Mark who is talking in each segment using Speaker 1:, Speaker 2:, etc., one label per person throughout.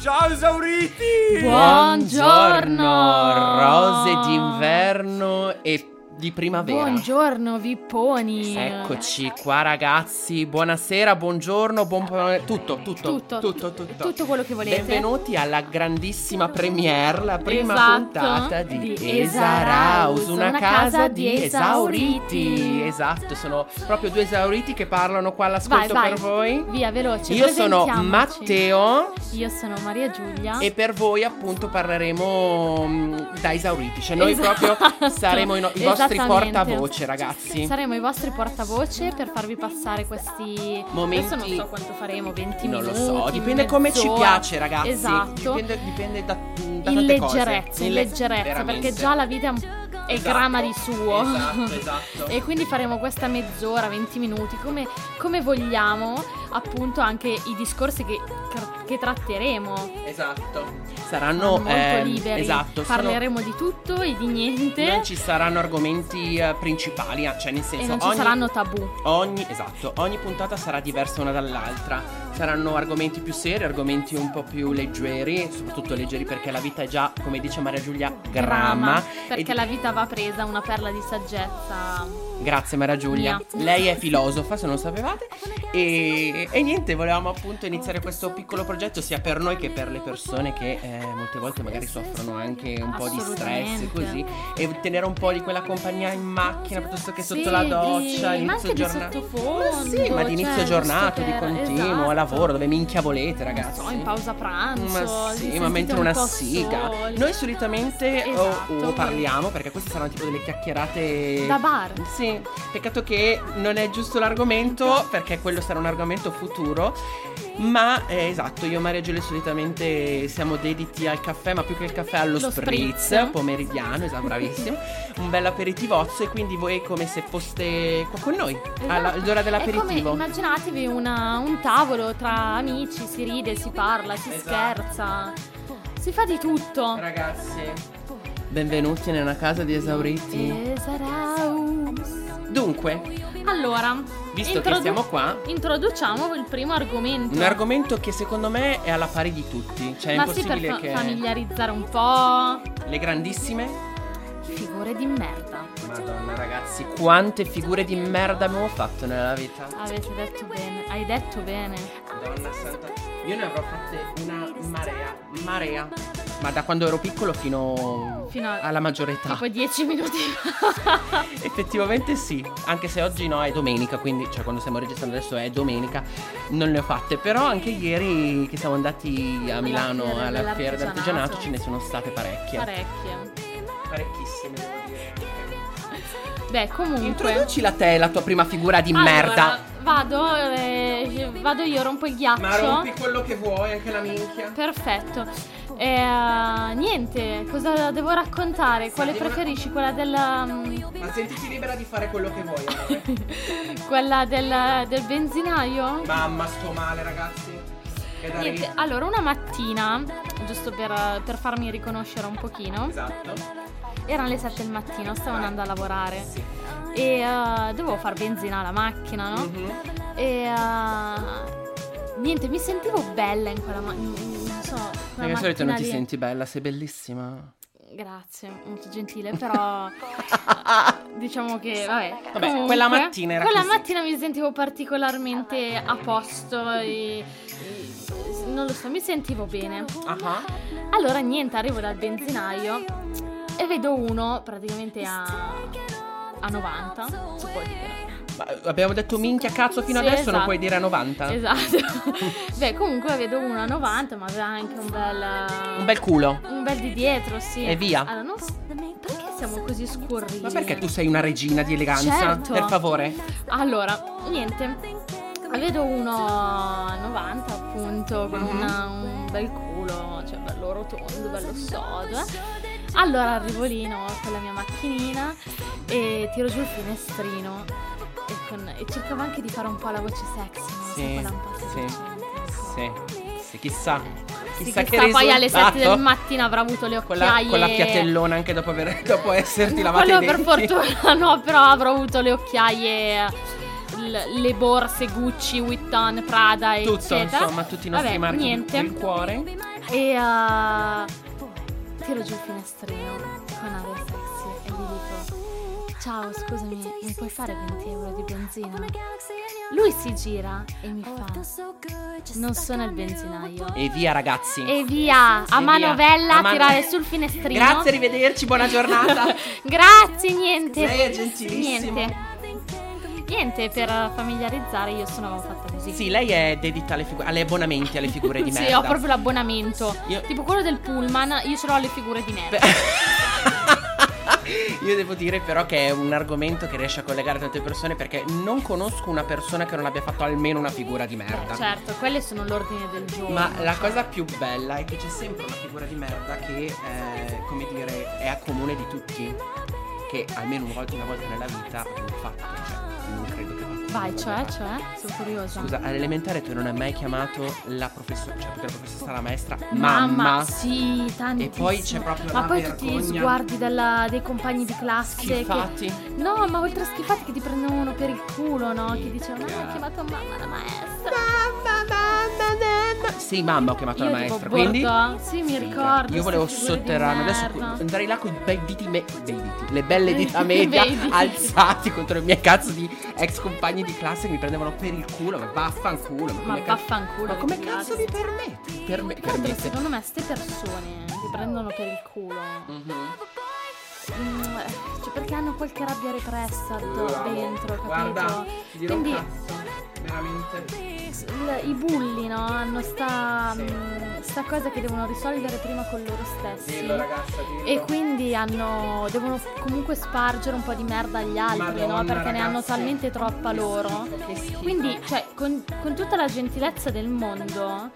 Speaker 1: Ciao esauriti!
Speaker 2: Buongiorno!
Speaker 3: Rose d'inverno e di primavera.
Speaker 2: Buongiorno, vipponi.
Speaker 3: Eccoci qua ragazzi, buonasera, buongiorno, buon pomeriggio, tutto, tutto,
Speaker 2: Tutto,
Speaker 3: tutto, tutto,
Speaker 2: Tutto quello che volete.
Speaker 3: Benvenuti alla grandissima premiere, la prima
Speaker 2: Esatto,
Speaker 3: puntata di,
Speaker 2: di
Speaker 3: Esaraus,
Speaker 2: Esaraus,
Speaker 3: una,
Speaker 2: una casa
Speaker 3: casa di
Speaker 2: di
Speaker 3: esauriti.
Speaker 2: esauriti.
Speaker 3: Esatto, sono proprio due esauriti che parlano qua
Speaker 2: Vai,
Speaker 3: all'ascolto
Speaker 2: vai.
Speaker 3: per voi.
Speaker 2: Via, veloce.
Speaker 3: Io sono
Speaker 2: presentiamoci.
Speaker 3: Matteo.
Speaker 2: Io sono Maria Giulia.
Speaker 3: E per voi appunto parleremo mh, da esauriti, cioè noi
Speaker 2: Esatto.
Speaker 3: proprio saremo i, no- i vostri
Speaker 2: Esattamente.
Speaker 3: portavoce ragazzi.
Speaker 2: Saremo i vostri portavoce per farvi passare questi
Speaker 3: Momenti-
Speaker 2: Adesso non so quanto faremo, 20
Speaker 3: non lo
Speaker 2: minuti.
Speaker 3: so, dipende come ci
Speaker 2: mezz'ora.
Speaker 3: piace ragazzi.
Speaker 2: Esatto.
Speaker 3: Dipende, dipende da, da
Speaker 2: in
Speaker 3: tante
Speaker 2: leggerezza,
Speaker 3: cose.
Speaker 2: in
Speaker 3: le-
Speaker 2: leggerezza,
Speaker 3: veramente.
Speaker 2: perché già la vita è un- è
Speaker 3: Esatto,
Speaker 2: grama di suo.
Speaker 3: Esatto, esatto.
Speaker 2: E quindi faremo questa mezz'ora, 20 minuti, come, come vogliamo, appunto anche i discorsi che, che tratteremo.
Speaker 3: Esatto.
Speaker 2: Sono
Speaker 3: Saranno
Speaker 2: molto
Speaker 3: ehm,
Speaker 2: liberi,
Speaker 3: esatto, sono-
Speaker 2: parleremo di tutto e di niente
Speaker 3: non ci saranno argomenti eh, principali, ah, cioè nel senso
Speaker 2: e non ci
Speaker 3: ogni
Speaker 2: saranno tabù.
Speaker 3: Ogni, esatto, ogni puntata sarà diversa una dall'altra. Saranno argomenti più seri, argomenti un po' più leggeri, soprattutto leggeri perché la vita è già, come dice Maria Giulia,
Speaker 2: Grama,
Speaker 3: grama. E
Speaker 2: perché
Speaker 3: di-
Speaker 2: la vita va presa una perla di saggezza.
Speaker 3: Grazie Maria Giulia.
Speaker 2: Mia.
Speaker 3: Lei è filosofa, se non lo sapevate. E, e niente, volevamo appunto iniziare questo piccolo progetto sia per noi che per le persone che eh, molte volte magari soffrono anche un po' di stress e
Speaker 2: Assolutamente.
Speaker 3: così. E tenere un po' di quella compagnia in macchina piuttosto che sotto
Speaker 2: Sì,
Speaker 3: la doccia,
Speaker 2: di- ma
Speaker 3: inizio
Speaker 2: anche di
Speaker 3: giornata.
Speaker 2: sottofondo,
Speaker 3: Ma sì, ma di inizio
Speaker 2: cioè,
Speaker 3: giornata, di
Speaker 2: giusto per-
Speaker 3: continuo,
Speaker 2: esatto.
Speaker 3: a lavoro, dove minchia volete, ragazzi.
Speaker 2: So, in pausa pranzo.
Speaker 3: Ma
Speaker 2: vi
Speaker 3: sì,
Speaker 2: sentite
Speaker 3: ma mentre
Speaker 2: un
Speaker 3: una
Speaker 2: po'
Speaker 3: siga.
Speaker 2: soli.
Speaker 3: Noi solitamente o-
Speaker 2: Esatto,
Speaker 3: o,
Speaker 2: noi-
Speaker 3: parliamo, perché queste saranno tipo delle chiacchierate
Speaker 2: Da bar.
Speaker 3: Sì, peccato che non è giusto l'argomento, perché quello sarà un argomento futuro. Ma eh, esatto, io e Maria Giulia solitamente siamo dediti al caffè, ma più che al caffè allo
Speaker 2: Lo
Speaker 3: spritz,
Speaker 2: spritz.
Speaker 3: pomeridiano, esatto, bravissimo. un bel aperitivozzo e quindi voi è come se foste qua con noi, alla-
Speaker 2: Esatto.
Speaker 3: all'ora
Speaker 2: È come
Speaker 3: Ah, dell'aperitivo.
Speaker 2: immaginatevi una- un tavolo tra amici, si ride, si parla, si
Speaker 3: Esatto.
Speaker 2: scherza, si fa di tutto.
Speaker 3: Ragazzi, benvenuti nella casa di esauriti.
Speaker 2: E sarà un-
Speaker 3: Dunque,
Speaker 2: Allora,
Speaker 3: visto
Speaker 2: introdu-
Speaker 3: che siamo qua,
Speaker 2: introduciamo il primo argomento.
Speaker 3: un argomento che secondo me è alla pari di tutti. Cioè, è
Speaker 2: Ma sì, per
Speaker 3: impossibile
Speaker 2: fa-
Speaker 3: che
Speaker 2: familiarizzare un po'.
Speaker 3: le grandissime.
Speaker 2: Figure di merda.
Speaker 3: Madonna, ragazzi, quante figure di merda abbiamo fatto nella vita.
Speaker 2: Avete detto bene, hai detto bene.
Speaker 3: Madonna santa. Io ne avrò fatte una marea, marea. Ma da quando ero piccolo fino,
Speaker 2: Fino a-
Speaker 3: alla maggiore età.
Speaker 2: Tipo 10 minuti
Speaker 3: Effettivamente sì, anche se oggi no, è domenica, quindi cioè quando stiamo registrando adesso è domenica, non ne ho fatte, però anche ieri che siamo andati a Milano
Speaker 2: fiera
Speaker 3: alla fiera
Speaker 2: dell'artigianato.
Speaker 3: d'artigianato ce ne sono state parecchie.
Speaker 2: parecchie.
Speaker 3: Parecchissime, devo dire.
Speaker 2: Beh, comunque.
Speaker 3: Introduci la te, la tua prima figura di
Speaker 2: Allora,
Speaker 3: merda.
Speaker 2: Vado, eh, vado io, rompo il ghiaccio.
Speaker 3: quello che vuoi, anche la minchia.
Speaker 2: Perfetto. Eh, niente, cosa devo raccontare? Quale
Speaker 3: devo-
Speaker 2: preferisci? Quella della. mm,
Speaker 3: Ma sentiti libera di fare quello che vuoi.
Speaker 2: quella del, del benzinaio?
Speaker 3: Mamma, sto male, ragazzi.
Speaker 2: Niente, allora una mattina, giusto per, per farmi riconoscere un pochino,
Speaker 3: Esatto.
Speaker 2: erano le 7 del mattino, stavo
Speaker 3: Vai.
Speaker 2: andando a lavorare e eh, dovevo far benzina alla macchina,
Speaker 3: Mhm.
Speaker 2: no? E eh, niente, mi sentivo bella in quella ma- in- in- non so, quella
Speaker 3: Perché al solito
Speaker 2: mattina
Speaker 3: non ti
Speaker 2: lì.
Speaker 3: senti bella, sei bellissima.
Speaker 2: Grazie, molto gentile, però diciamo che vabbè. Comunque,
Speaker 3: quella mattina era
Speaker 2: Quella
Speaker 3: così.
Speaker 2: mattina mi sentivo particolarmente a posto e, e- non lo so, mi sentivo bene.
Speaker 3: Ah
Speaker 2: Allora niente, arrivo dal benzinaio e vedo uno praticamente a a 90, si può dire.
Speaker 3: Ma abbiamo detto minchia cazzo fino
Speaker 2: Sì,
Speaker 3: adesso,
Speaker 2: esatto.
Speaker 3: non puoi dire a 90.
Speaker 2: Esatto. Beh, comunque vedo uno a 90, ma aveva anche un bel
Speaker 3: Un bel culo.
Speaker 2: un bel di dietro, sì.
Speaker 3: E via.
Speaker 2: Allora, non s- perché siamo così scurrili?
Speaker 3: Ma perché tu sei una regina di eleganza?
Speaker 2: Certo.
Speaker 3: Per favore.
Speaker 2: Allora, niente. Vedo uno a 90 appunto con
Speaker 3: Mhm.
Speaker 2: una- un bel culo, cioè bello rotondo, bello sodo. eh. Allora arrivo lì no, con la mia macchinina e tiro giù il finestrino e, con- e cercavo anche di fare un po' la voce sexy, no?
Speaker 3: Sì,
Speaker 2: Sai, quella un po'
Speaker 3: sì,
Speaker 2: seducente, ecco.
Speaker 3: Sì. Sì, chissà.
Speaker 2: Sì,
Speaker 3: Chissà che
Speaker 2: chissà, poi alle 7
Speaker 3: risultato.
Speaker 2: del mattino avrà avuto le
Speaker 3: Con la,
Speaker 2: occhiaie
Speaker 3: con la piatellona anche dopo, aver, dopo esserti lavata
Speaker 2: Quello
Speaker 3: i denti.
Speaker 2: per fortuna no, però avrò avuto le occhiaie, l- le borse Gucci, Witton, Prada,
Speaker 3: Tutto,
Speaker 2: eccetera.
Speaker 3: insomma, tutti i nostri
Speaker 2: Vabbè,
Speaker 3: marchi
Speaker 2: niente.
Speaker 3: del cuore.
Speaker 2: E eh, tiro giù il finestrino con aria sexy e gli dico: Ciao, scusami, mi puoi fare 20 euro di benzina? Lui si gira e mi fa: Non sono il benzinaio.
Speaker 3: E via ragazzi.
Speaker 2: E via, a
Speaker 3: E
Speaker 2: manovella,
Speaker 3: via, a man-
Speaker 2: tirare sul finestrino.
Speaker 3: Grazie, arrivederci, buona giornata.
Speaker 2: Grazie, niente.
Speaker 3: Lei è gentilissima.
Speaker 2: Niente. Niente, per familiarizzare io sono fatta così.
Speaker 3: sì, lei è dedita alle figure, alle abbonamenti, alle figure di
Speaker 2: Sì,
Speaker 3: merda.
Speaker 2: ho proprio l'abbonamento.
Speaker 3: Io-
Speaker 2: Tipo quello del pullman, io ce l'ho alle figure di merda.
Speaker 3: Beh- Io devo dire però che è un argomento che riesce a collegare tante persone perché non conosco una persona che non abbia fatto almeno una figura di merda.
Speaker 2: Beh, certo, quelle sono l'ordine del giorno.
Speaker 3: Ma la cosa più bella è che c'è sempre una figura di merda che, eh, come dire, è a comune di tutti. Che almeno una volta, una volta nella vita abbiamo fatto. Cioè, non credo che qualcuno
Speaker 2: Vai,
Speaker 3: l'abbia
Speaker 2: cioè,
Speaker 3: fatto.
Speaker 2: cioè, sono curiosa.
Speaker 3: Scusa, all'elementare tu non hai mai chiamato la professoressa, cioè perché la professoressa, la maestra,
Speaker 2: Mamma,
Speaker 3: mamma.
Speaker 2: sì, tantissimo.
Speaker 3: E poi c'è proprio
Speaker 2: Ma
Speaker 3: la
Speaker 2: poi tutti
Speaker 3: vergogna.
Speaker 2: gli sguardi dalla- dei compagni di classe che-
Speaker 3: Schifati.
Speaker 2: No, ma oltre a schifati che ti prendono per il culo, no? Che dicevano, ah, ho
Speaker 3: Minchia.
Speaker 2: chiamato mamma la maestra.
Speaker 3: Mamma, mamma, mamma. Sì, mamma ho chiamato
Speaker 2: Io
Speaker 3: la
Speaker 2: tipo
Speaker 3: maestra, quindi...
Speaker 2: Bordeaux, sì, mi
Speaker 3: Figa.
Speaker 2: ricordo.
Speaker 3: Io volevo sotterraneo.
Speaker 2: sotterraneo
Speaker 3: Adesso cu- andrei là con i bei diti, me- bei diti, le belle dita
Speaker 2: Bei
Speaker 3: media
Speaker 2: diti.
Speaker 3: alzati contro i miei cazzo di ex compagni di classe che mi prendevano per il culo. Ma vaffanculo.
Speaker 2: Ma
Speaker 3: come ca-
Speaker 2: vaffanculo,
Speaker 3: Ma come
Speaker 2: che
Speaker 3: cazzo
Speaker 2: cazzo.
Speaker 3: vi permetti? Per me,
Speaker 2: Tra l'altro,
Speaker 3: permette.
Speaker 2: Secondo me ste persone ti prendono per il culo.
Speaker 3: Mhm.
Speaker 2: Mm, cioè perché hanno qualche rabbia repressa do-
Speaker 3: Bravo.
Speaker 2: dentro, capito?
Speaker 3: Guarda, ti dirò un
Speaker 2: Quindi
Speaker 3: cazzo, veramente.
Speaker 2: il- i bulli, no? Hanno sta,
Speaker 3: Sì.
Speaker 2: mm, sta cosa che devono risolvere prima con loro stessi.
Speaker 3: Dillo, ragazza, dillo.
Speaker 2: E quindi hanno, devono comunque spargere un po' di merda agli altri, no?
Speaker 3: Madonna,
Speaker 2: Perché ne hanno
Speaker 3: ragazzi.
Speaker 2: talmente troppa loro.
Speaker 3: Che schifo.
Speaker 2: Quindi, cioè, con, con tutta la gentilezza del mondo,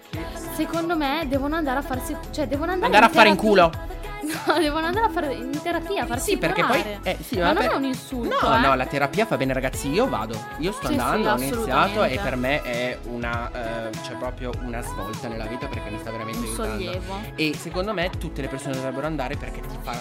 Speaker 2: secondo me devono andare a farsi. Cioè, devono andare,
Speaker 3: Andare a fare in culo.
Speaker 2: terapia. No, devono andare a fare in terapia, a farsi
Speaker 3: Sì, perché poi.
Speaker 2: curare.
Speaker 3: eh, sì,
Speaker 2: Ma non
Speaker 3: per-
Speaker 2: è un insulto.
Speaker 3: No,
Speaker 2: eh.
Speaker 3: no, la terapia fa bene, ragazzi. Io vado. Io sto
Speaker 2: Sì, sì,
Speaker 3: andando, ho iniziato
Speaker 2: assolutamente.
Speaker 3: e per me è una. eh, cioè, proprio una svolta nella vita perché mi sta veramente
Speaker 2: Un
Speaker 3: aiutando.
Speaker 2: sollievo.
Speaker 3: E secondo me tutte le persone dovrebbero andare perché ti fa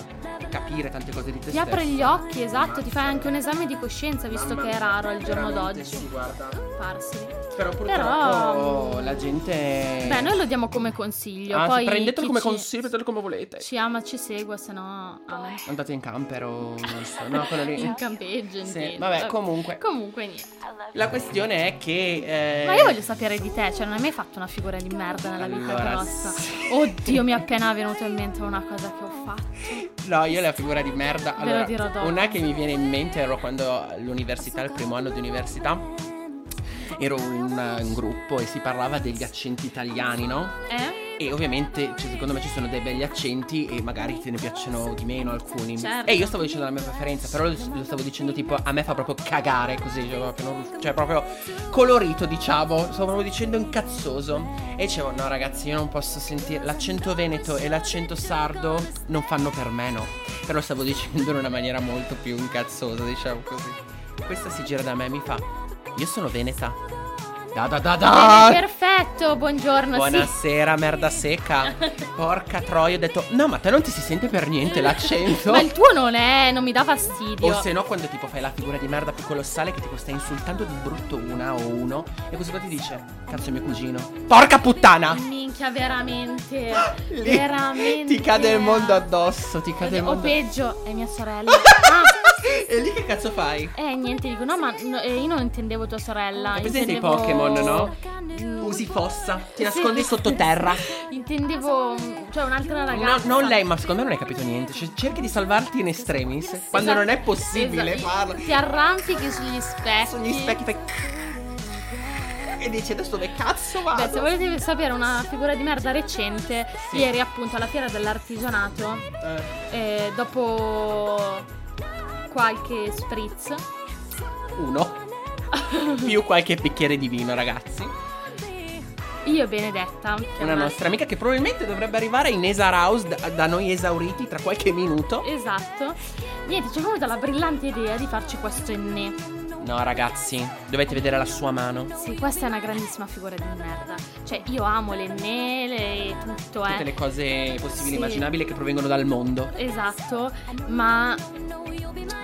Speaker 3: capire tante cose di te
Speaker 2: Ti apre
Speaker 3: stesso.
Speaker 2: gli occhi, esatto, ti fai anche un esame di coscienza, visto
Speaker 3: Mamma
Speaker 2: che è
Speaker 3: mia,
Speaker 2: raro al giorno
Speaker 3: veramente,
Speaker 2: d'oggi.
Speaker 3: sì, guarda.
Speaker 2: Farsi.
Speaker 3: Però purtroppo
Speaker 2: Però,
Speaker 3: la gente.
Speaker 2: mm, Beh, noi lo diamo come consiglio.
Speaker 3: Ah, sì,
Speaker 2: poi
Speaker 3: prendetelo
Speaker 2: chi
Speaker 3: come
Speaker 2: ci-
Speaker 3: consiglio, prendetelo come volete.
Speaker 2: Ci ama, ci segua, se no. amen.
Speaker 3: Andate in camper o non so. No, quello lì.
Speaker 2: In campeggio,
Speaker 3: Sì,
Speaker 2: intendo.
Speaker 3: vabbè, comunque.
Speaker 2: Comunque, niente.
Speaker 3: La questione è che. eh,
Speaker 2: Ma io voglio sapere di te, cioè non hai mai fatto una figura di merda nella vita
Speaker 3: Allora,
Speaker 2: grossa?
Speaker 3: sì.
Speaker 2: Oddio, mi è appena venuto in mente una cosa che ho fatto.
Speaker 3: No, io la figura di merda.
Speaker 2: Ve lo
Speaker 3: Allora,
Speaker 2: dirò dopo.
Speaker 3: una che mi viene in mente ero quando all'università, il primo anno di università, ero in un, eh, un gruppo e si parlava degli accenti italiani, no?
Speaker 2: Eh?
Speaker 3: E ovviamente, cioè, secondo me ci sono dei belli accenti e magari te ne piacciono di meno alcuni.
Speaker 2: Certo.
Speaker 3: E io stavo dicendo la mia preferenza, però lo, lo stavo dicendo tipo a me fa proprio cagare così, cioè proprio, non- cioè, proprio colorito, diciamo. Stavo proprio dicendo incazzoso. E dicevo, no ragazzi, io non posso sentire l'accento veneto e l'accento sardo non fanno per me, no. Però lo stavo dicendo in una maniera molto più incazzosa, diciamo così. Questa si gira da me e mi fa, io sono veneta. Da da da da!
Speaker 2: Bene, perfetto, buongiorno. Sì.
Speaker 3: Ah. Buonasera, merda secca. Porca troia, ho detto. No, ma te non ti si sente per niente l'accento.
Speaker 2: Ma il tuo non è, non mi dà fastidio.
Speaker 3: O se no, quando tipo fai la figura di merda più colossale, che tipo stai insultando di brutto una o uno, e questo qua ti dice: Cazzo, è mio cugino. Porca puttana!
Speaker 2: Oh, Minchia, veramente.
Speaker 3: Ah. Lì
Speaker 2: veramente.
Speaker 3: Ti cade il mondo addosso, ti cade il
Speaker 2: O
Speaker 3: mondo.
Speaker 2: peggio, è mia sorella. ah.
Speaker 3: E lì che cazzo fai?
Speaker 2: Eh, niente, dico, no, ma no, eh, io non intendevo tua sorella.
Speaker 3: Hai presente i
Speaker 2: intendevo-
Speaker 3: Pokémon, no?
Speaker 2: Mm,
Speaker 3: Usi fossa, ti
Speaker 2: Sì.
Speaker 3: nascondi sottoterra.
Speaker 2: Intendevo, mm, cioè, un'altra
Speaker 3: No,
Speaker 2: ragazza.
Speaker 3: non lei, ma secondo me non hai capito niente. Cioè, cerchi di salvarti in estremis. Quando
Speaker 2: Esatto.
Speaker 3: non è possibile,
Speaker 2: Esatto.
Speaker 3: parla.
Speaker 2: Ti arrampichi sugli specchi.
Speaker 3: sugli specchi fai e dici adesso dove cazzo
Speaker 2: Beh, se
Speaker 3: vado
Speaker 2: volete sapere una figura di merda recente,
Speaker 3: Sì.
Speaker 2: ieri appunto alla fiera dell'artigianato,
Speaker 3: Eh,
Speaker 2: eh, dopo qualche spritz,
Speaker 3: uno più qualche bicchiere di vino ragazzi
Speaker 2: io e Benedetta, che è
Speaker 3: una nostra amica che probabilmente dovrebbe arrivare in Esa House da, da noi esauriti tra qualche minuto
Speaker 2: Esatto. Niente, ci è venuta la brillante idea di farci questo enne.
Speaker 3: no ragazzi dovete vedere la sua mano
Speaker 2: Sì, questa è una grandissima figura di merda. Cioè, io amo le mele e tutto,
Speaker 3: tutte
Speaker 2: eh.
Speaker 3: le cose possibili
Speaker 2: Sì.
Speaker 3: e immaginabili che provengono dal mondo
Speaker 2: Esatto, ma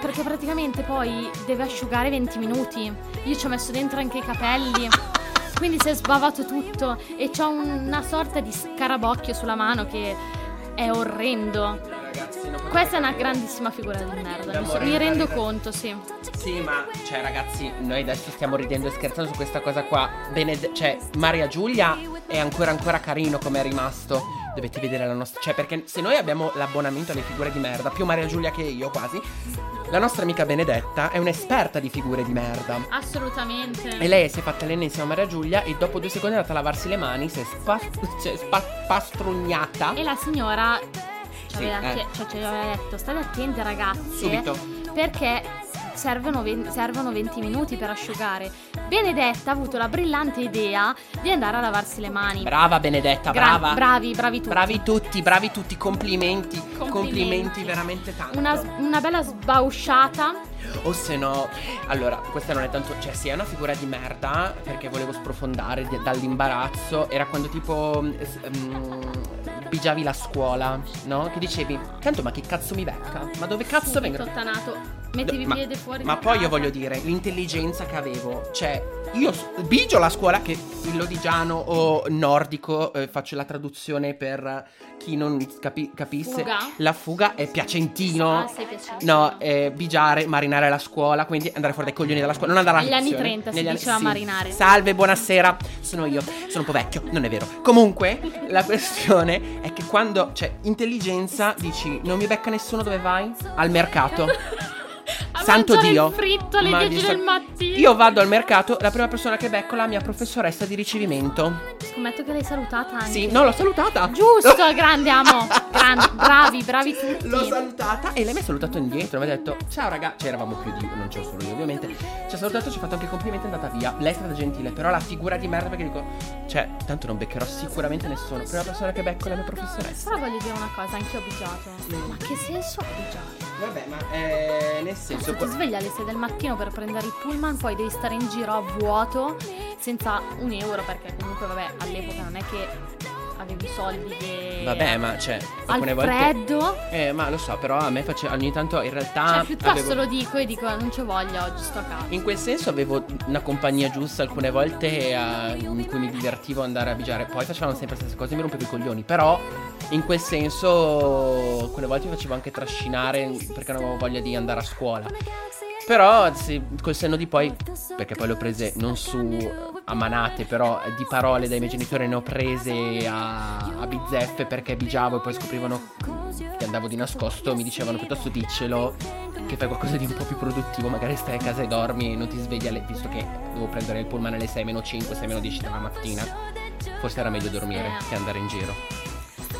Speaker 2: perché praticamente poi deve asciugare 20 minuti. Io ci ho messo dentro anche i capelli. Quindi si è sbavato tutto e c'ho una sorta di scarabocchio sulla mano che è orrendo.
Speaker 3: Ragazzi, non potete
Speaker 2: Questa è una
Speaker 3: capire.
Speaker 2: grandissima figura di merda, mi, so-
Speaker 3: D'amore,
Speaker 2: mi rendo
Speaker 3: ragazzi.
Speaker 2: conto, sì.
Speaker 3: Sì, ma cioè, ragazzi, noi adesso stiamo ridendo e scherzando su questa cosa qua. Bened- cioè, Maria Giulia è ancora ancora carino come è rimasto. Dovete vedere la nostra. Cioè, perché se noi abbiamo l'abbonamento alle figure di merda, più Maria Giulia che io quasi, la nostra amica Benedetta è un'esperta di figure di merda.
Speaker 2: Assolutamente.
Speaker 3: E lei si è fatta l'ennesima Maria Giulia e dopo due secondi è andata a lavarsi le mani, si è spa- cioè, spa- pastrugnata.
Speaker 2: E la signora ci
Speaker 3: Sì,
Speaker 2: aveva,
Speaker 3: eh.
Speaker 2: chie- cioè, ci aveva detto state attenti ragazzi
Speaker 3: Subito.
Speaker 2: perché servono, ven- servono 20 minuti per asciugare. Benedetta ha avuto la brillante idea di andare a lavarsi le mani.
Speaker 3: Brava Benedetta,
Speaker 2: Gra-
Speaker 3: brava.
Speaker 2: Bravi, bravi tutti.
Speaker 3: Bravi tutti, bravi tutti, complimenti, complimenti,
Speaker 2: Complimenti.
Speaker 3: veramente tanto.
Speaker 2: Una, una bella sbausciata.
Speaker 3: O se no, allora, questa non è tanto, cioè sì, è una figura di merda perché volevo sprofondare di- dall'imbarazzo, era quando tipo mm, s- mm, bigiavi la scuola, no? Che dicevi, tanto ma che cazzo mi becca? Ma dove cazzo vengo?
Speaker 2: Tottanato. Mettevi
Speaker 3: ma,
Speaker 2: piede fuori.
Speaker 3: ma
Speaker 2: da
Speaker 3: poi io
Speaker 2: casa.
Speaker 3: voglio dire, l'intelligenza che avevo, cioè io s- bigio la scuola che il lodigiano o nordico, eh, faccio la traduzione per chi non capi- capisse,
Speaker 2: Fuga.
Speaker 3: la fuga è piacentino.
Speaker 2: Ah, sei piaciuto.
Speaker 3: No, eh, bigiare, marinare la scuola, quindi andare fuori dai coglioni dalla scuola, non andare alla
Speaker 2: Negli anni
Speaker 3: lezione.
Speaker 2: 30 si
Speaker 3: Negli anni-
Speaker 2: diceva
Speaker 3: sì.
Speaker 2: marinare.
Speaker 3: Salve, buonasera, sono io, sono un po' vecchio, non è vero. Comunque, la questione è che quando, cioè, intelligenza, dici, non mi becca nessuno, dove vai? Al mercato.
Speaker 2: A
Speaker 3: esatto. Santo
Speaker 2: mangiare il
Speaker 3: Dio.
Speaker 2: fritto alle
Speaker 3: Ma
Speaker 2: 10
Speaker 3: di-
Speaker 2: del mattino.
Speaker 3: Io vado al mercato, la prima persona che becco è la mia professoressa di ricevimento.
Speaker 2: Scommetto che l'hai salutata anche.
Speaker 3: Sì, no, l'ho salutata.
Speaker 2: Giusto, grande amo. Gran- bravi, bravi tutti.
Speaker 3: L'ho salutata e lei mi ha salutato indietro. Mi ha detto: Ciao raga. Cioè, eravamo più di. Non c'ero solo io, ovviamente. Ci ha salutato, ci ha fatto anche i complimenti e è andata via. Lei è stata gentile, però la figura di merda perché dico: Cioè, tanto non beccherò sicuramente nessuno. Prima persona che becco è la mia professoressa.
Speaker 2: Però voglio dire una cosa, anche io ho bigiato. Ma che senso ho bigiato?
Speaker 3: Vabbè, ma eh, nel senso.
Speaker 2: Se ti svegli alle 6 del mattino per prendere il pullman, poi devi stare in giro a vuoto senza un euro, perché comunque vabbè, all'epoca non è che avevi soldi che.
Speaker 3: Vabbè, ma cioè,
Speaker 2: al
Speaker 3: alcune volte.
Speaker 2: freddo.
Speaker 3: Eh, ma lo so, però a me faceva. Ogni tanto in realtà.
Speaker 2: Cioè, piuttosto
Speaker 3: avevo-
Speaker 2: lo dico e dico non c'ho voglia oggi, sto a casa.
Speaker 3: In quel senso avevo una compagnia giusta alcune volte eh, in cui mi divertivo andare a bigiare, poi facevano sempre le stesse cose, mi rompevo i coglioni, però in quel senso alcune volte mi facevo anche trascinare perché non avevo voglia di andare a scuola. Però sì, col senno di poi, perché poi le ho prese non su eh, a manate, però eh, di parole dai miei genitori ne ho prese a, a bizzeffe perché bigiavo e poi scoprivano che andavo di nascosto, mi dicevano piuttosto diccelo che fai qualcosa di un po' più produttivo, magari stai a casa e dormi e non ti svegli alle, visto che devo prendere il pullman alle 6 meno 5, 6 meno 10 della mattina. Forse era meglio dormire
Speaker 2: Eh.
Speaker 3: che andare in giro.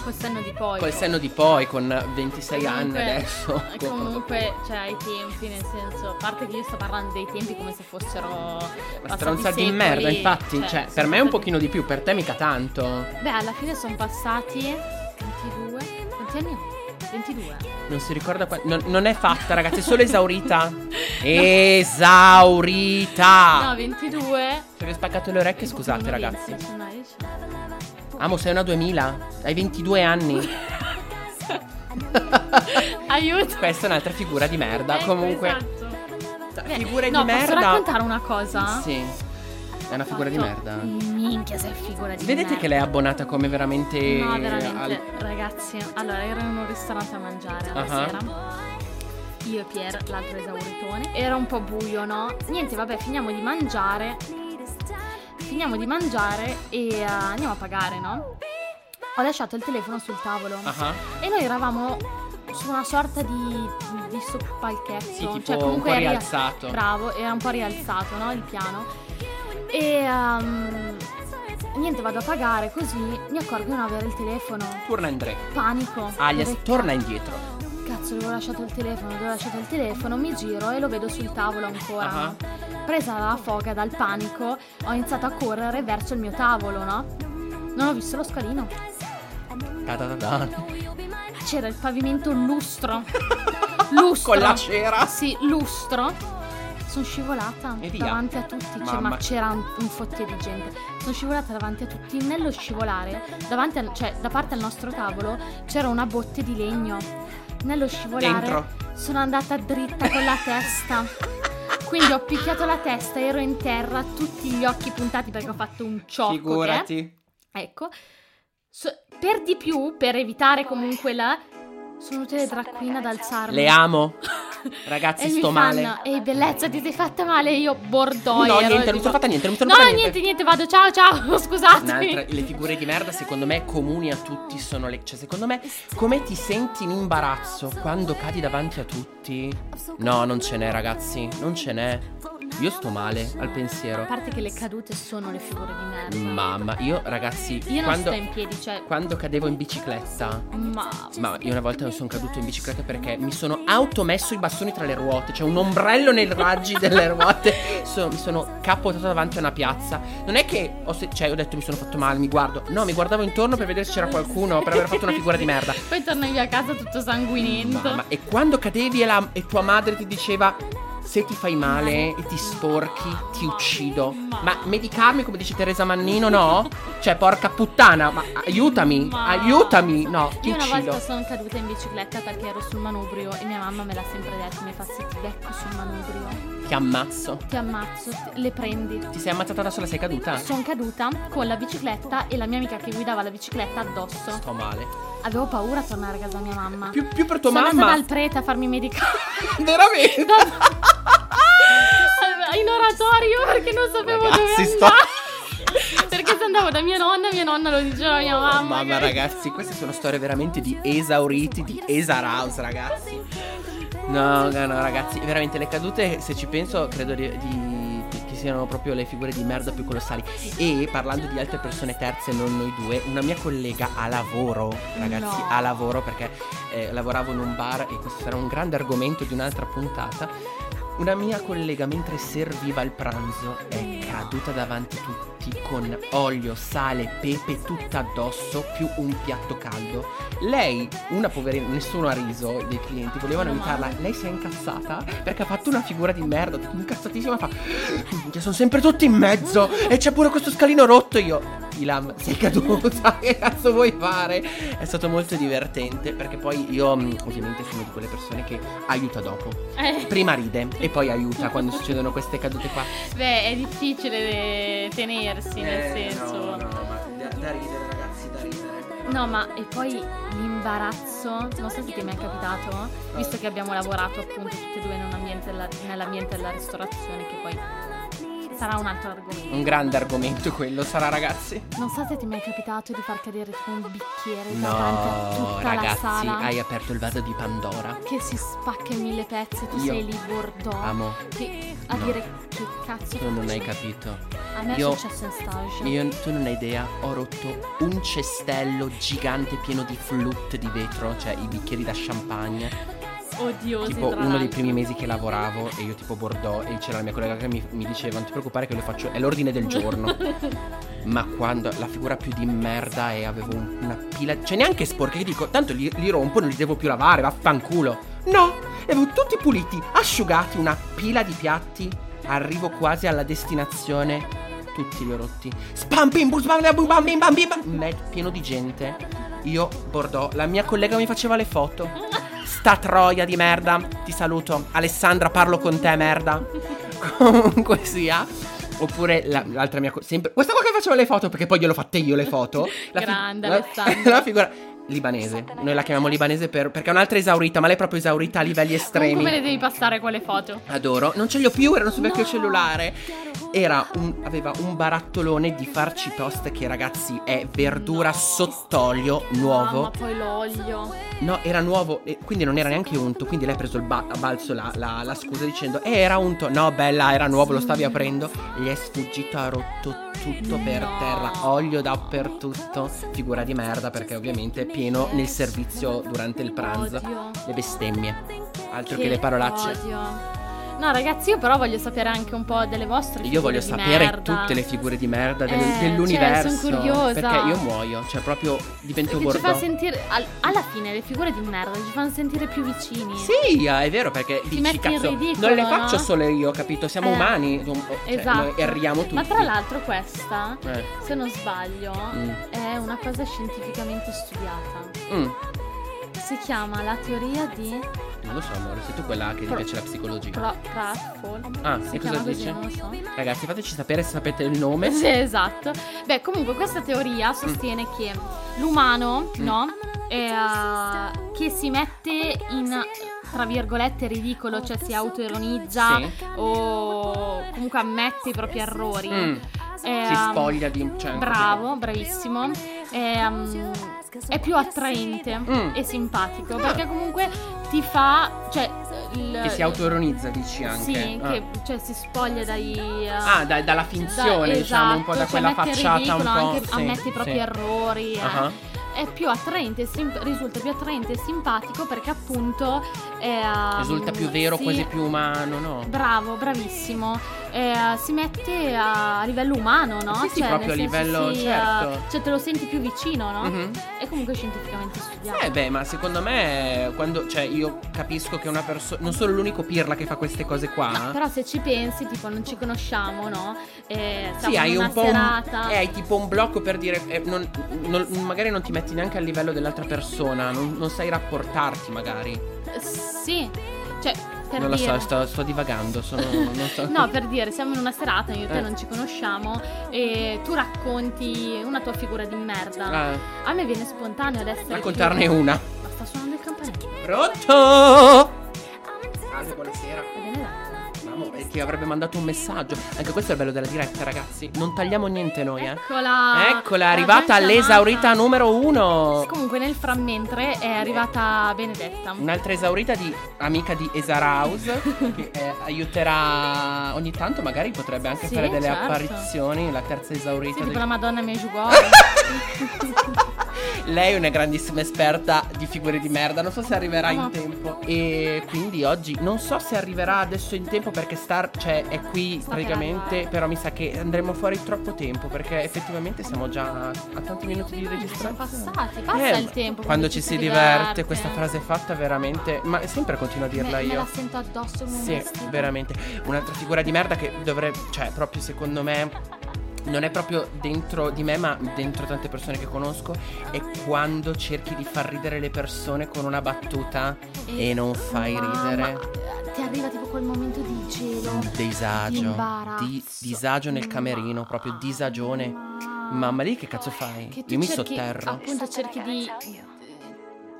Speaker 2: Col senno di poi.
Speaker 3: Col senno di poi, con 26 anni
Speaker 2: Comunque-
Speaker 3: adesso.
Speaker 2: eh,
Speaker 3: con-
Speaker 2: Comunque, cioè, ai tempi, nel senso, a parte che io sto parlando dei tempi come se fossero.
Speaker 3: Ma
Speaker 2: passati
Speaker 3: stronza di
Speaker 2: secoli,
Speaker 3: merda, infatti, cioè, per
Speaker 2: sono
Speaker 3: me è un
Speaker 2: passati-
Speaker 3: pochino di più, per te mica tanto.
Speaker 2: Beh, alla fine sono passati 22. Quanti anni ho? 22.
Speaker 3: Non si ricorda qua- non, non è fatta, ragazzi, è solo esaurita. Esaurita!
Speaker 2: No, 22.
Speaker 3: Se vi ho spaccato le orecchie, Ah. scusate,
Speaker 2: Sono
Speaker 3: ragazzi.
Speaker 2: 20, sono 10.
Speaker 3: Amo, sei una 2000, hai 22 anni.
Speaker 2: Aiuto.
Speaker 3: Questa è un'altra figura di merda,
Speaker 2: Ecco,
Speaker 3: comunque.
Speaker 2: esatto. Beh,
Speaker 3: Figure
Speaker 2: no,
Speaker 3: di merda.
Speaker 2: Posso raccontare una cosa?
Speaker 3: Sì. È una figura di
Speaker 2: Fatto-
Speaker 3: merda.
Speaker 2: Minchia, sei figura di merda.
Speaker 3: Vedete che lei è abbonata come veramente
Speaker 2: No, veramente,
Speaker 3: al-
Speaker 2: ragazzi. Allora, ero in un ristorante a mangiare alla
Speaker 3: Ah.
Speaker 2: sera. Io e Pier, l'altro esauritone. Era un po' buio, no? Niente, vabbè, finiamo di mangiare. Finiamo di mangiare e eh, andiamo a pagare, no? Ho lasciato il telefono sul tavolo.
Speaker 3: Ah,
Speaker 2: E noi eravamo su una sorta di, di soppalchetto.
Speaker 3: Sì, tipo
Speaker 2: cioè,
Speaker 3: un
Speaker 2: comunque
Speaker 3: po'
Speaker 2: era-
Speaker 3: rialzato.
Speaker 2: Bravo, era un po' rialzato, no? Il piano. E ehm, niente, vado a pagare così mi accorgo di non avere il telefono.
Speaker 3: Torna Andrea.
Speaker 2: Panico.
Speaker 3: Alias,
Speaker 2: Dove-
Speaker 3: torna indietro.
Speaker 2: Cazzo, avevo lasciato il telefono, avevo lasciato il telefono, mi giro e lo vedo sul tavolo ancora.
Speaker 3: Ah.
Speaker 2: no? Presa dalla foga, dal panico, ho iniziato a correre verso il mio tavolo, no? Non ho visto lo scalino.
Speaker 3: Ta ta ta ta.
Speaker 2: C'era il pavimento lustro. lustro.
Speaker 3: Con la cera.
Speaker 2: Sì, lustro. Sono scivolata
Speaker 3: E via.
Speaker 2: davanti a tutti, cioè,
Speaker 3: Mamma.
Speaker 2: ma c'era un, un fottio di gente. Sono scivolata davanti a tutti. Nello scivolare, davanti al- cioè da parte al nostro tavolo, c'era una botte di legno. Nello scivolare
Speaker 3: Dentro.
Speaker 2: sono andata dritta con la testa. Quindi ho picchiato la testa, ero in terra, tutti gli occhi puntati perché ho fatto un ciocco. che-
Speaker 3: Figurati.
Speaker 2: Ecco. So- per di più, per evitare comunque la... Sono tutte le drag queen ad alzarmi.
Speaker 3: Le amo. Ragazzi,
Speaker 2: e mi
Speaker 3: sto
Speaker 2: fanno,
Speaker 3: male.
Speaker 2: Ehi, bellezza, ti sei fatta male. Io bordoglio.
Speaker 3: No, niente,
Speaker 2: ero,
Speaker 3: non mi
Speaker 2: tipo,
Speaker 3: sono fatta niente, non mi sono
Speaker 2: No,
Speaker 3: fatta
Speaker 2: niente, niente, vado. Ciao, ciao. Scusatemi.
Speaker 3: Un'altra, le figure di merda secondo me comuni a tutti sono le... Cioè secondo me come ti senti in imbarazzo quando cadi davanti a tutti? No, non ce n'è ragazzi, non ce n'è. Io sto male al
Speaker 2: A
Speaker 3: pensiero.
Speaker 2: parte che le cadute sono le figure di merda.
Speaker 3: Mamma, io ragazzi,
Speaker 2: Io non
Speaker 3: quando,
Speaker 2: sto in piedi, cioè.
Speaker 3: quando cadevo in bicicletta...
Speaker 2: Ma.
Speaker 3: Ma io una volta sono caduto in bicicletta perché mi sono automesso i bastoni tra le ruote, cioè un ombrello nei raggi delle ruote. So- mi sono capotato davanti a una piazza. Non è che ho, se- cioè, ho detto mi sono fatto male, mi guardo. No, mi guardavo intorno per vedere se c'era qualcuno, per aver fatto una figura di merda.
Speaker 2: Poi tornavi a casa tutto sanguinento.
Speaker 3: Mamma, e quando cadevi e, la- e tua madre ti diceva se ti fai male e ti sporchi ti uccido. Ma medicarmi come dice Teresa Mannino no? Cioè porca puttana, ma aiutami,
Speaker 2: Ma-
Speaker 3: aiutami. No, ti
Speaker 2: Io una
Speaker 3: uccido.
Speaker 2: volta sono caduta in bicicletta perché ero sul manubrio e mia mamma me l'ha sempre detto, mi fa se ti becco sul manubrio,
Speaker 3: Ti ammazzo.
Speaker 2: ti ammazzo, ti- le prendi.
Speaker 3: Ti sei ammazzata da sola, sei caduta?
Speaker 2: Sono caduta con la bicicletta e la mia amica che guidava la bicicletta addosso.
Speaker 3: Sto male.
Speaker 2: Avevo paura a tornare a casa mia mamma.
Speaker 3: Più, più per tua
Speaker 2: sono
Speaker 3: mamma.
Speaker 2: andata dal prete a farmi medicare
Speaker 3: Veramente.
Speaker 2: in oratorio perché non sapevo dove
Speaker 3: Ragazzi,
Speaker 2: andare.
Speaker 3: sto-
Speaker 2: perché se andavo da mia nonna, mia nonna lo diceva a mia mamma.
Speaker 3: Mamma ragazzi, queste sono storie veramente di esauriti, di esaraus ragazzi. No, no, no ragazzi, veramente le cadute, se ci penso, credo di, di- che siano proprio le figure di merda più colossali. E parlando di altre persone terze, non noi due, una mia collega a lavoro, ragazzi,
Speaker 2: No.
Speaker 3: a lavoro perché eh, lavoravo in un bar e questo sarà un grande argomento di un'altra puntata. Una mia collega mentre serviva il pranzo è caduta davanti a tutti con olio, sale, pepe tutta addosso più un piatto caldo. Lei, una poverina, nessuno ha riso dei clienti, volevano
Speaker 2: Meno male.
Speaker 3: evitarla. Lei si è incazzata perché ha fatto una figura di merda, incazzatissima, fa "Minchia, sono sempre tutti in mezzo e c'è pure questo scalino rotto io. Ilam, sei caduta, che cazzo vuoi fare? È stato molto divertente perché poi io mm, ovviamente sono di quelle persone che aiuta dopo.
Speaker 2: Eh.
Speaker 3: Prima ride e poi aiuta quando succedono queste cadute qua.
Speaker 2: Beh, è difficile eh, tenersi, nel
Speaker 3: Eh,
Speaker 2: senso.
Speaker 3: ma da, ridere ragazzi, da ridere.
Speaker 2: No, ma e poi l'imbarazzo, non so se ti è mai capitato, visto che abbiamo lavorato appunto tutti e due in un ambiente della- nell'ambiente della ristorazione, che poi sarà un altro argomento.
Speaker 3: Un grande argomento quello sarà ragazzi.
Speaker 2: Non so se ti è mai capitato di far cadere tipo un bicchiere davanti a
Speaker 3: No,
Speaker 2: tutta la
Speaker 3: ragazzi,
Speaker 2: sala
Speaker 3: hai aperto il vaso di Pandora.
Speaker 2: che si spacca in mille pezzi, tu
Speaker 3: Io
Speaker 2: sei lì bordeaux
Speaker 3: Amo,
Speaker 2: che- a
Speaker 3: No.
Speaker 2: dire che cazzo
Speaker 3: tu non hai
Speaker 2: faccio?"
Speaker 3: capito.
Speaker 2: A me
Speaker 3: Io-
Speaker 2: è successo in stage.
Speaker 3: Io, tu non hai idea, ho rotto un cestello gigante pieno di flute di vetro, cioè i bicchieri da champagne.
Speaker 2: Odiosi
Speaker 3: tipo
Speaker 2: tra
Speaker 3: uno dei
Speaker 2: l'altro.
Speaker 3: primi mesi che lavoravo e io tipo Bordeaux e c'era la mia collega che mi, mi diceva non ti preoccupare che lo faccio è l'ordine del giorno ma quando la figura più di merda e avevo un- una pila cioè neanche sporca io dico tanto li, li rompo non li devo più lavare vaffanculo no li avevo tutti puliti asciugati una pila di piatti arrivo quasi alla destinazione tutti li ho rotti spam bim bus, bam bam bam bim, bam bim, bam Me- pieno di gente io Bordeaux la mia collega mi faceva le foto Sta troia di merda, ti saluto. Alessandra, parlo con te, merda. Comunque sia. Oppure la- l'altra mia co- sempre Questa qua che faceva le foto, perché poi glielo fatte io le foto.
Speaker 2: Grande,
Speaker 3: la,
Speaker 2: Alessandra.
Speaker 3: la figura libanese. Noi la chiamiamo libanese per- perché è un'altra esaurita, ma lei è proprio esaurita a livelli estremi.
Speaker 2: Comunque le devi passare quelle foto.
Speaker 3: Adoro, non ce li ho più, erano sul vecchio
Speaker 2: No.
Speaker 3: cellulare. Era un, aveva un barattolone di farci toast che ragazzi è verdura
Speaker 2: No.
Speaker 3: sott'olio nuovo.
Speaker 2: Mamma, Ah, poi l'olio.
Speaker 3: No, era nuovo, e quindi non era neanche unto. Quindi lei ha preso il ba- a balzo la, la- la scusa dicendo: Eh, era unto. No, bella, era nuovo, lo stavi aprendo. Gli è sfuggito, ha rotto tutto per
Speaker 2: No.
Speaker 3: terra, olio dappertutto. Figura di merda, perché ovviamente è pieno nel servizio durante il pranzo.
Speaker 2: Odio.
Speaker 3: Le bestemmie, altro che, le parolacce.
Speaker 2: odio. No, ragazzi, io però voglio sapere anche un po' delle vostre
Speaker 3: Io
Speaker 2: figure
Speaker 3: voglio
Speaker 2: di
Speaker 3: sapere
Speaker 2: merda.
Speaker 3: tutte le figure di merda del-
Speaker 2: Eh, cioè,
Speaker 3: dell'universo.
Speaker 2: sono curiosa.
Speaker 3: Perché io muoio, cioè proprio divento
Speaker 2: Perché ci fa
Speaker 3: bordo.
Speaker 2: sentire al- alla fine le figure di merda ci fanno sentire più vicini.
Speaker 3: Sì, ah, è vero perché dici
Speaker 2: metti in
Speaker 3: cazzo,
Speaker 2: ridicolo,
Speaker 3: non le faccio
Speaker 2: no?
Speaker 3: solo io, capito? Siamo
Speaker 2: Eh,
Speaker 3: umani, dun- cioè,
Speaker 2: Esatto.
Speaker 3: noi erriamo tutti.
Speaker 2: Ma tra l'altro questa,
Speaker 3: Eh,
Speaker 2: se non sbaglio,
Speaker 3: mm,
Speaker 2: è una cosa scientificamente studiata.
Speaker 3: mm,
Speaker 2: Si chiama la teoria di
Speaker 3: Non lo so, amore, sei tu quella che ti
Speaker 2: Pro-
Speaker 3: piace la psicologia.
Speaker 2: Tra- Trustful.
Speaker 3: Ah,
Speaker 2: Si
Speaker 3: e cosa
Speaker 2: chiama così,
Speaker 3: dice?
Speaker 2: non lo so.
Speaker 3: Ragazzi, fateci sapere se sapete il nome.
Speaker 2: Sì, esatto. Beh, comunque questa teoria sostiene che l'umano,
Speaker 3: Mm.
Speaker 2: no? eh, che si mette in tra virgolette ridicolo, cioè si autoironizza
Speaker 3: Sì.
Speaker 2: o comunque ammette i propri errori.
Speaker 3: Mm,
Speaker 2: eh,
Speaker 3: si spoglia di. Cioè,
Speaker 2: Bravo, bravissimo. È, um, è più attraente
Speaker 3: Mm.
Speaker 2: e simpatico perché comunque ti fa, cioè, il-
Speaker 3: Che si autoironizza, dici anche.
Speaker 2: Sì,
Speaker 3: Ah.
Speaker 2: che cioè, si spoglia dai uh,
Speaker 3: Ah, da- dalla finzione,
Speaker 2: da-
Speaker 3: diciamo, un po' da
Speaker 2: esatto,
Speaker 3: quella
Speaker 2: cioè, mette il
Speaker 3: facciata un
Speaker 2: ridicolo,
Speaker 3: po'.
Speaker 2: anche
Speaker 3: sì,
Speaker 2: ammette i propri
Speaker 3: sì.
Speaker 2: errori eh.
Speaker 3: Ah,
Speaker 2: è più attraente sim- risulta più attraente e simpatico perché appunto eh,
Speaker 3: Risulta più vero,
Speaker 2: si-
Speaker 3: quasi più umano, no?
Speaker 2: bravo bravissimo Eh, si mette a, a livello umano no?
Speaker 3: Sì, sì,
Speaker 2: Cioè,
Speaker 3: proprio
Speaker 2: nel
Speaker 3: a
Speaker 2: senso,
Speaker 3: livello-
Speaker 2: sì, eh,
Speaker 3: certo.
Speaker 2: cioè te lo senti più vicino no?
Speaker 3: Mhm.
Speaker 2: è comunque scientificamente studiato
Speaker 3: Eh beh, ma secondo me quando cioè io capisco che una persona non sono l'unico pirla che fa queste cose qua.
Speaker 2: No, però se ci pensi, tipo, non ci conosciamo, no? Eh,
Speaker 3: Sì,
Speaker 2: siamo in
Speaker 3: hai
Speaker 2: una
Speaker 3: un po' un,
Speaker 2: serata.
Speaker 3: eh, hai tipo un blocco per dire eh, non- non- magari non ti metti neanche al livello dell'altra persona, non, non sai rapportarti magari.
Speaker 2: Sì, cioè, per
Speaker 3: non lo
Speaker 2: dire...
Speaker 3: so, sto, sto divagando, sono non so.
Speaker 2: No, per dire, siamo in una serata, io e te
Speaker 3: Eh.
Speaker 2: non ci conosciamo e tu racconti una tua figura di merda.
Speaker 3: Ah,
Speaker 2: A me viene spontaneo adesso.
Speaker 3: raccontarne una.
Speaker 2: Ma sta suonando il campanello.
Speaker 3: Pronto? Salve, buonasera.
Speaker 2: Ebbene, là.
Speaker 3: Amore, ti avrebbe mandato un messaggio. Anche questo è il bello della diretta, ragazzi. Non tagliamo niente noi, eh.
Speaker 2: Eccola!
Speaker 3: Eccola, è
Speaker 2: Ecco. la
Speaker 3: arrivata
Speaker 2: ben
Speaker 3: all'esaurita
Speaker 2: chiamata.
Speaker 3: numero uno.
Speaker 2: Comunque nel frammentre è arrivata Benedetta.
Speaker 3: Un'altra esaurita di amica di Esara House che eh, aiuterà ogni tanto, magari potrebbe anche
Speaker 2: Sì,
Speaker 3: fare delle
Speaker 2: certo.
Speaker 3: apparizioni, la terza
Speaker 2: Sì,
Speaker 3: esaurita.
Speaker 2: tipo
Speaker 3: del-
Speaker 2: la Madonna mi giugò.
Speaker 3: Lei è una grandissima esperta di figure di merda, non so se arriverà
Speaker 2: No.
Speaker 3: in tempo. E quindi oggi non so se arriverà adesso in tempo perché Star cioè, è qui
Speaker 2: Sta eh. per
Speaker 3: praticamente,
Speaker 2: arrivare.
Speaker 3: però mi sa che andremo fuori troppo tempo perché effettivamente siamo già a, a tanti minuti di
Speaker 2: Sono
Speaker 3: registrazione.
Speaker 2: passati, passa
Speaker 3: Eh,
Speaker 2: il tempo.
Speaker 3: Quando ci si diverte, questa frase fatta veramente. Ma sempre continuo a dirla
Speaker 2: me,
Speaker 3: io.
Speaker 2: Me la sento addosso come un
Speaker 3: Sì,
Speaker 2: vestito.
Speaker 3: veramente. Un'altra figura di merda che dovrebbe. Cioè, proprio secondo me. Non è proprio dentro di me, ma dentro tante persone che conosco. È quando cerchi di far ridere le persone con una battuta e non fai
Speaker 2: Mamma,
Speaker 3: ridere.
Speaker 2: eh, Ti arriva tipo quel momento di gelo.
Speaker 3: Un disagio.
Speaker 2: imbarazzo.
Speaker 3: Di- disagio nel camerino, proprio disagione. Mamma lì che cazzo fai?
Speaker 2: Che tu
Speaker 3: Io mi
Speaker 2: cerchi-
Speaker 3: sotterro.
Speaker 2: Appunto cerchi di...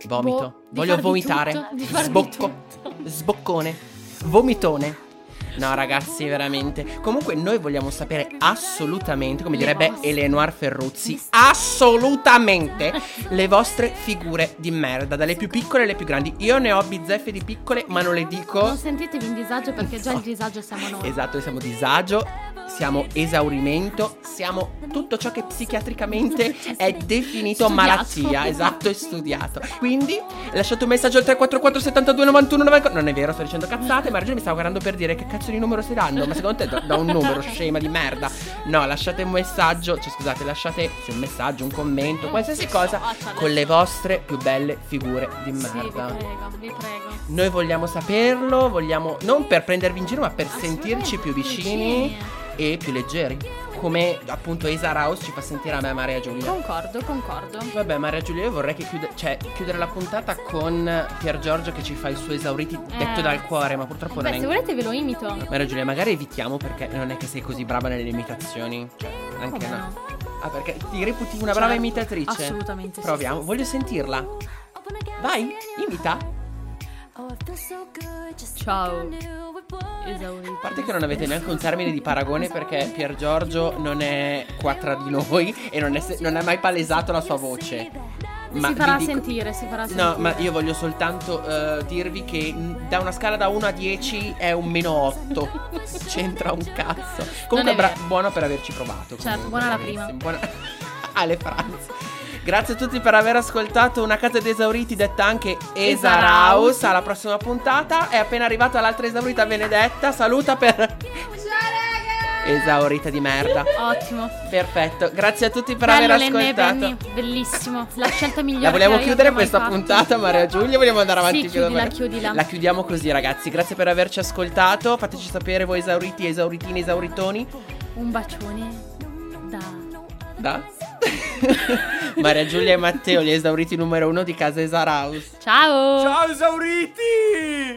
Speaker 3: Vomito.
Speaker 2: boh, di
Speaker 3: Voglio
Speaker 2: far di
Speaker 3: vomitare.
Speaker 2: tutto, di far di
Speaker 3: Sbocco.
Speaker 2: tutto.
Speaker 3: Sboccone. Vomitone. No ragazzi, veramente. Comunque noi vogliamo sapere assolutamente, come
Speaker 2: Le
Speaker 3: direbbe
Speaker 2: vostre.
Speaker 3: Eleonora Ferruzzi, assolutamente le vostre figure di merda, dalle più piccole alle più grandi. Io ne ho bizzeffe di piccole, ma non le dico.
Speaker 2: Non sentitevi in disagio perché già il disagio siamo noi.
Speaker 3: Esatto, siamo disagio, siamo esaurimento, siamo tutto ciò che psichiatricamente è definito
Speaker 2: Studiato.
Speaker 3: malattia, esatto, è studiato. Quindi lasciate un messaggio al 344 72 91 94. Non è vero, sto dicendo cazzate, ma Regina mi stavo guardando per dire che cazzo di numero si danno, ma secondo te da da un numero scema di merda. No, lasciate un messaggio, cioè scusate, lasciate sì, un messaggio, un commento, qualsiasi cosa con le vostre più belle figure di
Speaker 2: Sì, vi
Speaker 3: merda.
Speaker 2: prego, vi prego.
Speaker 3: Noi vogliamo saperlo, vogliamo non per prendervi in giro, ma per sentirci più vicini e più leggeri. Come appunto Isa Raus ci fa sentire a me e Maria Giulia.
Speaker 2: Concordo, concordo.
Speaker 3: Vabbè, Maria Giulia, io vorrei che chiude- cioè, chiudere la puntata con Pier Giorgio che ci fa il suo esauriti detto
Speaker 2: Eh.
Speaker 3: dal cuore, ma purtroppo
Speaker 2: Beh, se
Speaker 3: non è.
Speaker 2: volete ve lo imito.
Speaker 3: Maria Giulia, magari evitiamo perché non è che sei così brava nelle imitazioni. Cioè, anche
Speaker 2: Come
Speaker 3: no.
Speaker 2: no?
Speaker 3: Ah, perché ti reputi una brava
Speaker 2: Certo,
Speaker 3: imitatrice?
Speaker 2: assolutamente sì.
Speaker 3: Proviamo, voglio sentirla. Vai, imita.
Speaker 2: Ciao.
Speaker 3: A parte che non avete neanche un termine di paragone perché Pier Giorgio non è qua tra di noi e non è, se- non è mai palesato la sua voce.
Speaker 2: si
Speaker 3: vi
Speaker 2: farà
Speaker 3: dico-
Speaker 2: sentire, si farà sentire.
Speaker 3: No, ma io voglio soltanto eh, dirvi che mh, da una scala da 1 a 10 è un meno 8. C'entra un cazzo. Comunque,
Speaker 2: è
Speaker 3: bra-
Speaker 2: vero.
Speaker 3: buono per averci provato.
Speaker 2: Certo,
Speaker 3: comunque,
Speaker 2: buona la
Speaker 3: bravissimo.
Speaker 2: prima.
Speaker 3: Buona- Ale Franz. Grazie a tutti per aver ascoltato una casa di esauriti detta anche Esaraus. Alla prossima puntata. È appena arrivata l'altra esaurita Benedetta. Saluta per esaurita di merda.
Speaker 2: Ottimo.
Speaker 3: Perfetto. Grazie a tutti per
Speaker 2: Bello
Speaker 3: aver
Speaker 2: Lenny e
Speaker 3: ascoltato.
Speaker 2: Bernie, bellissimo. La scelta migliore.
Speaker 3: La vogliamo
Speaker 2: che io
Speaker 3: chiudere
Speaker 2: abbia mai
Speaker 3: questa
Speaker 2: fatto.
Speaker 3: puntata, Maria Giulia. Vogliamo andare avanti
Speaker 2: Sì,
Speaker 3: fino a
Speaker 2: chiudila,
Speaker 3: domani?
Speaker 2: chiudila.
Speaker 3: La chiudiamo così, ragazzi. Grazie per averci ascoltato. Fateci sapere voi esauriti, esauritini, esauritoni.
Speaker 2: Un bacione da
Speaker 3: Da Maria Giulia e Matteo, gli esauriti numero uno di Casa Esar House.
Speaker 2: Ciao!
Speaker 3: Ciao esauriti!